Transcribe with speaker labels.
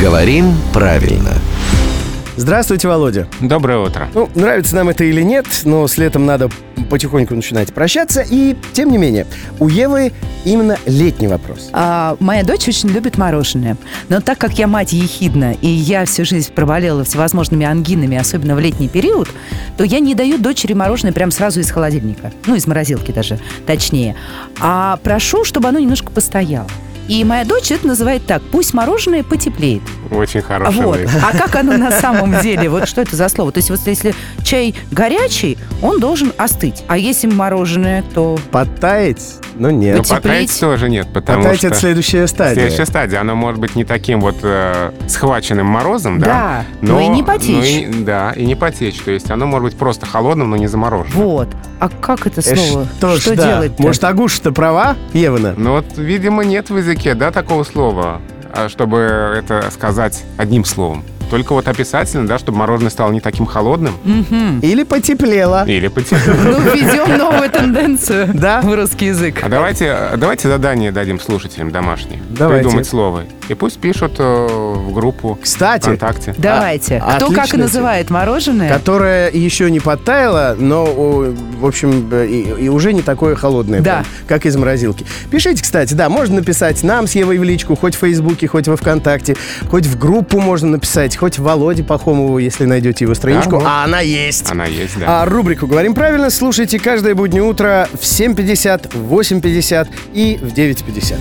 Speaker 1: Говорим правильно.
Speaker 2: Здравствуйте, Володя.
Speaker 3: Доброе утро.
Speaker 2: Ну, нравится нам это или нет, но с летом надо потихоньку начинать прощаться. И, тем не менее, у Евы именно летний вопрос.
Speaker 4: А, моя дочь очень любит мороженое. Но так как я мать ехидна, и я всю жизнь проболела всевозможными ангинами, особенно в летний период, то я не даю дочери мороженое прям сразу из холодильника. Ну, из морозилки даже, точнее. А прошу, чтобы оно немножко постояло. И моя дочь это называет так. Пусть мороженое потеплеет.
Speaker 3: Очень хороший
Speaker 4: вот.
Speaker 3: выезд.
Speaker 4: А как оно на самом деле? Вот что это за слово? То есть вот если чай горячий, он должен остыть. А если мороженое, то...
Speaker 2: Потаять? Ну, нет.
Speaker 4: Ну,
Speaker 3: Но потаять
Speaker 4: потеплеть?
Speaker 3: тоже нет, потому
Speaker 2: Потаять
Speaker 3: что...
Speaker 2: это следующая стадия.
Speaker 3: Следующая стадия, она может быть не таким вот э, схваченным морозом, да?
Speaker 4: Да, но ну и не потечь.
Speaker 3: но и- да, и не потечь. То есть оно может быть просто холодным, но не замороженным.
Speaker 4: Вот. А как это
Speaker 2: Э,
Speaker 4: слово?
Speaker 2: ж,
Speaker 4: что
Speaker 2: да.
Speaker 4: делать
Speaker 2: Может, а Агуша-то права, Евана?
Speaker 3: Ну вот, видимо, нет в языке, да, такого слова, а, чтобы это сказать одним словом. Только вот описательно, да, чтобы мороженое стало не таким холодным
Speaker 2: Или потеплело.
Speaker 3: или потеплее.
Speaker 4: Ну, введем новую тенденцию
Speaker 2: Да.
Speaker 4: в русский язык.
Speaker 3: А давайте, давайте задание дадим слушателям домашние.
Speaker 2: Давайте.
Speaker 3: Придумать слово. И пусть пишут э, в группу
Speaker 2: Кстати.
Speaker 3: ВКонтакте.
Speaker 4: Давайте.
Speaker 2: А,
Speaker 4: Кто как и
Speaker 2: отличная
Speaker 4: называет мороженое?
Speaker 2: Которая еще не подтаяла, но, о, в общем, э, и, и уже не такое холодное,
Speaker 4: Да.
Speaker 2: прям, как из морозилки. Пишите, кстати, да, можно написать нам с Евой в личку, хоть в Фейсбуке, хоть во Вконтакте, хоть в группу можно написать, хоть Володе Пахомову, если найдете его страничку,
Speaker 3: вот.
Speaker 2: а она есть.
Speaker 3: Она есть, да.
Speaker 2: А рубрику «Говорим правильно» слушайте каждое буднее утро в 7.50, в 8.50 и в 9.50.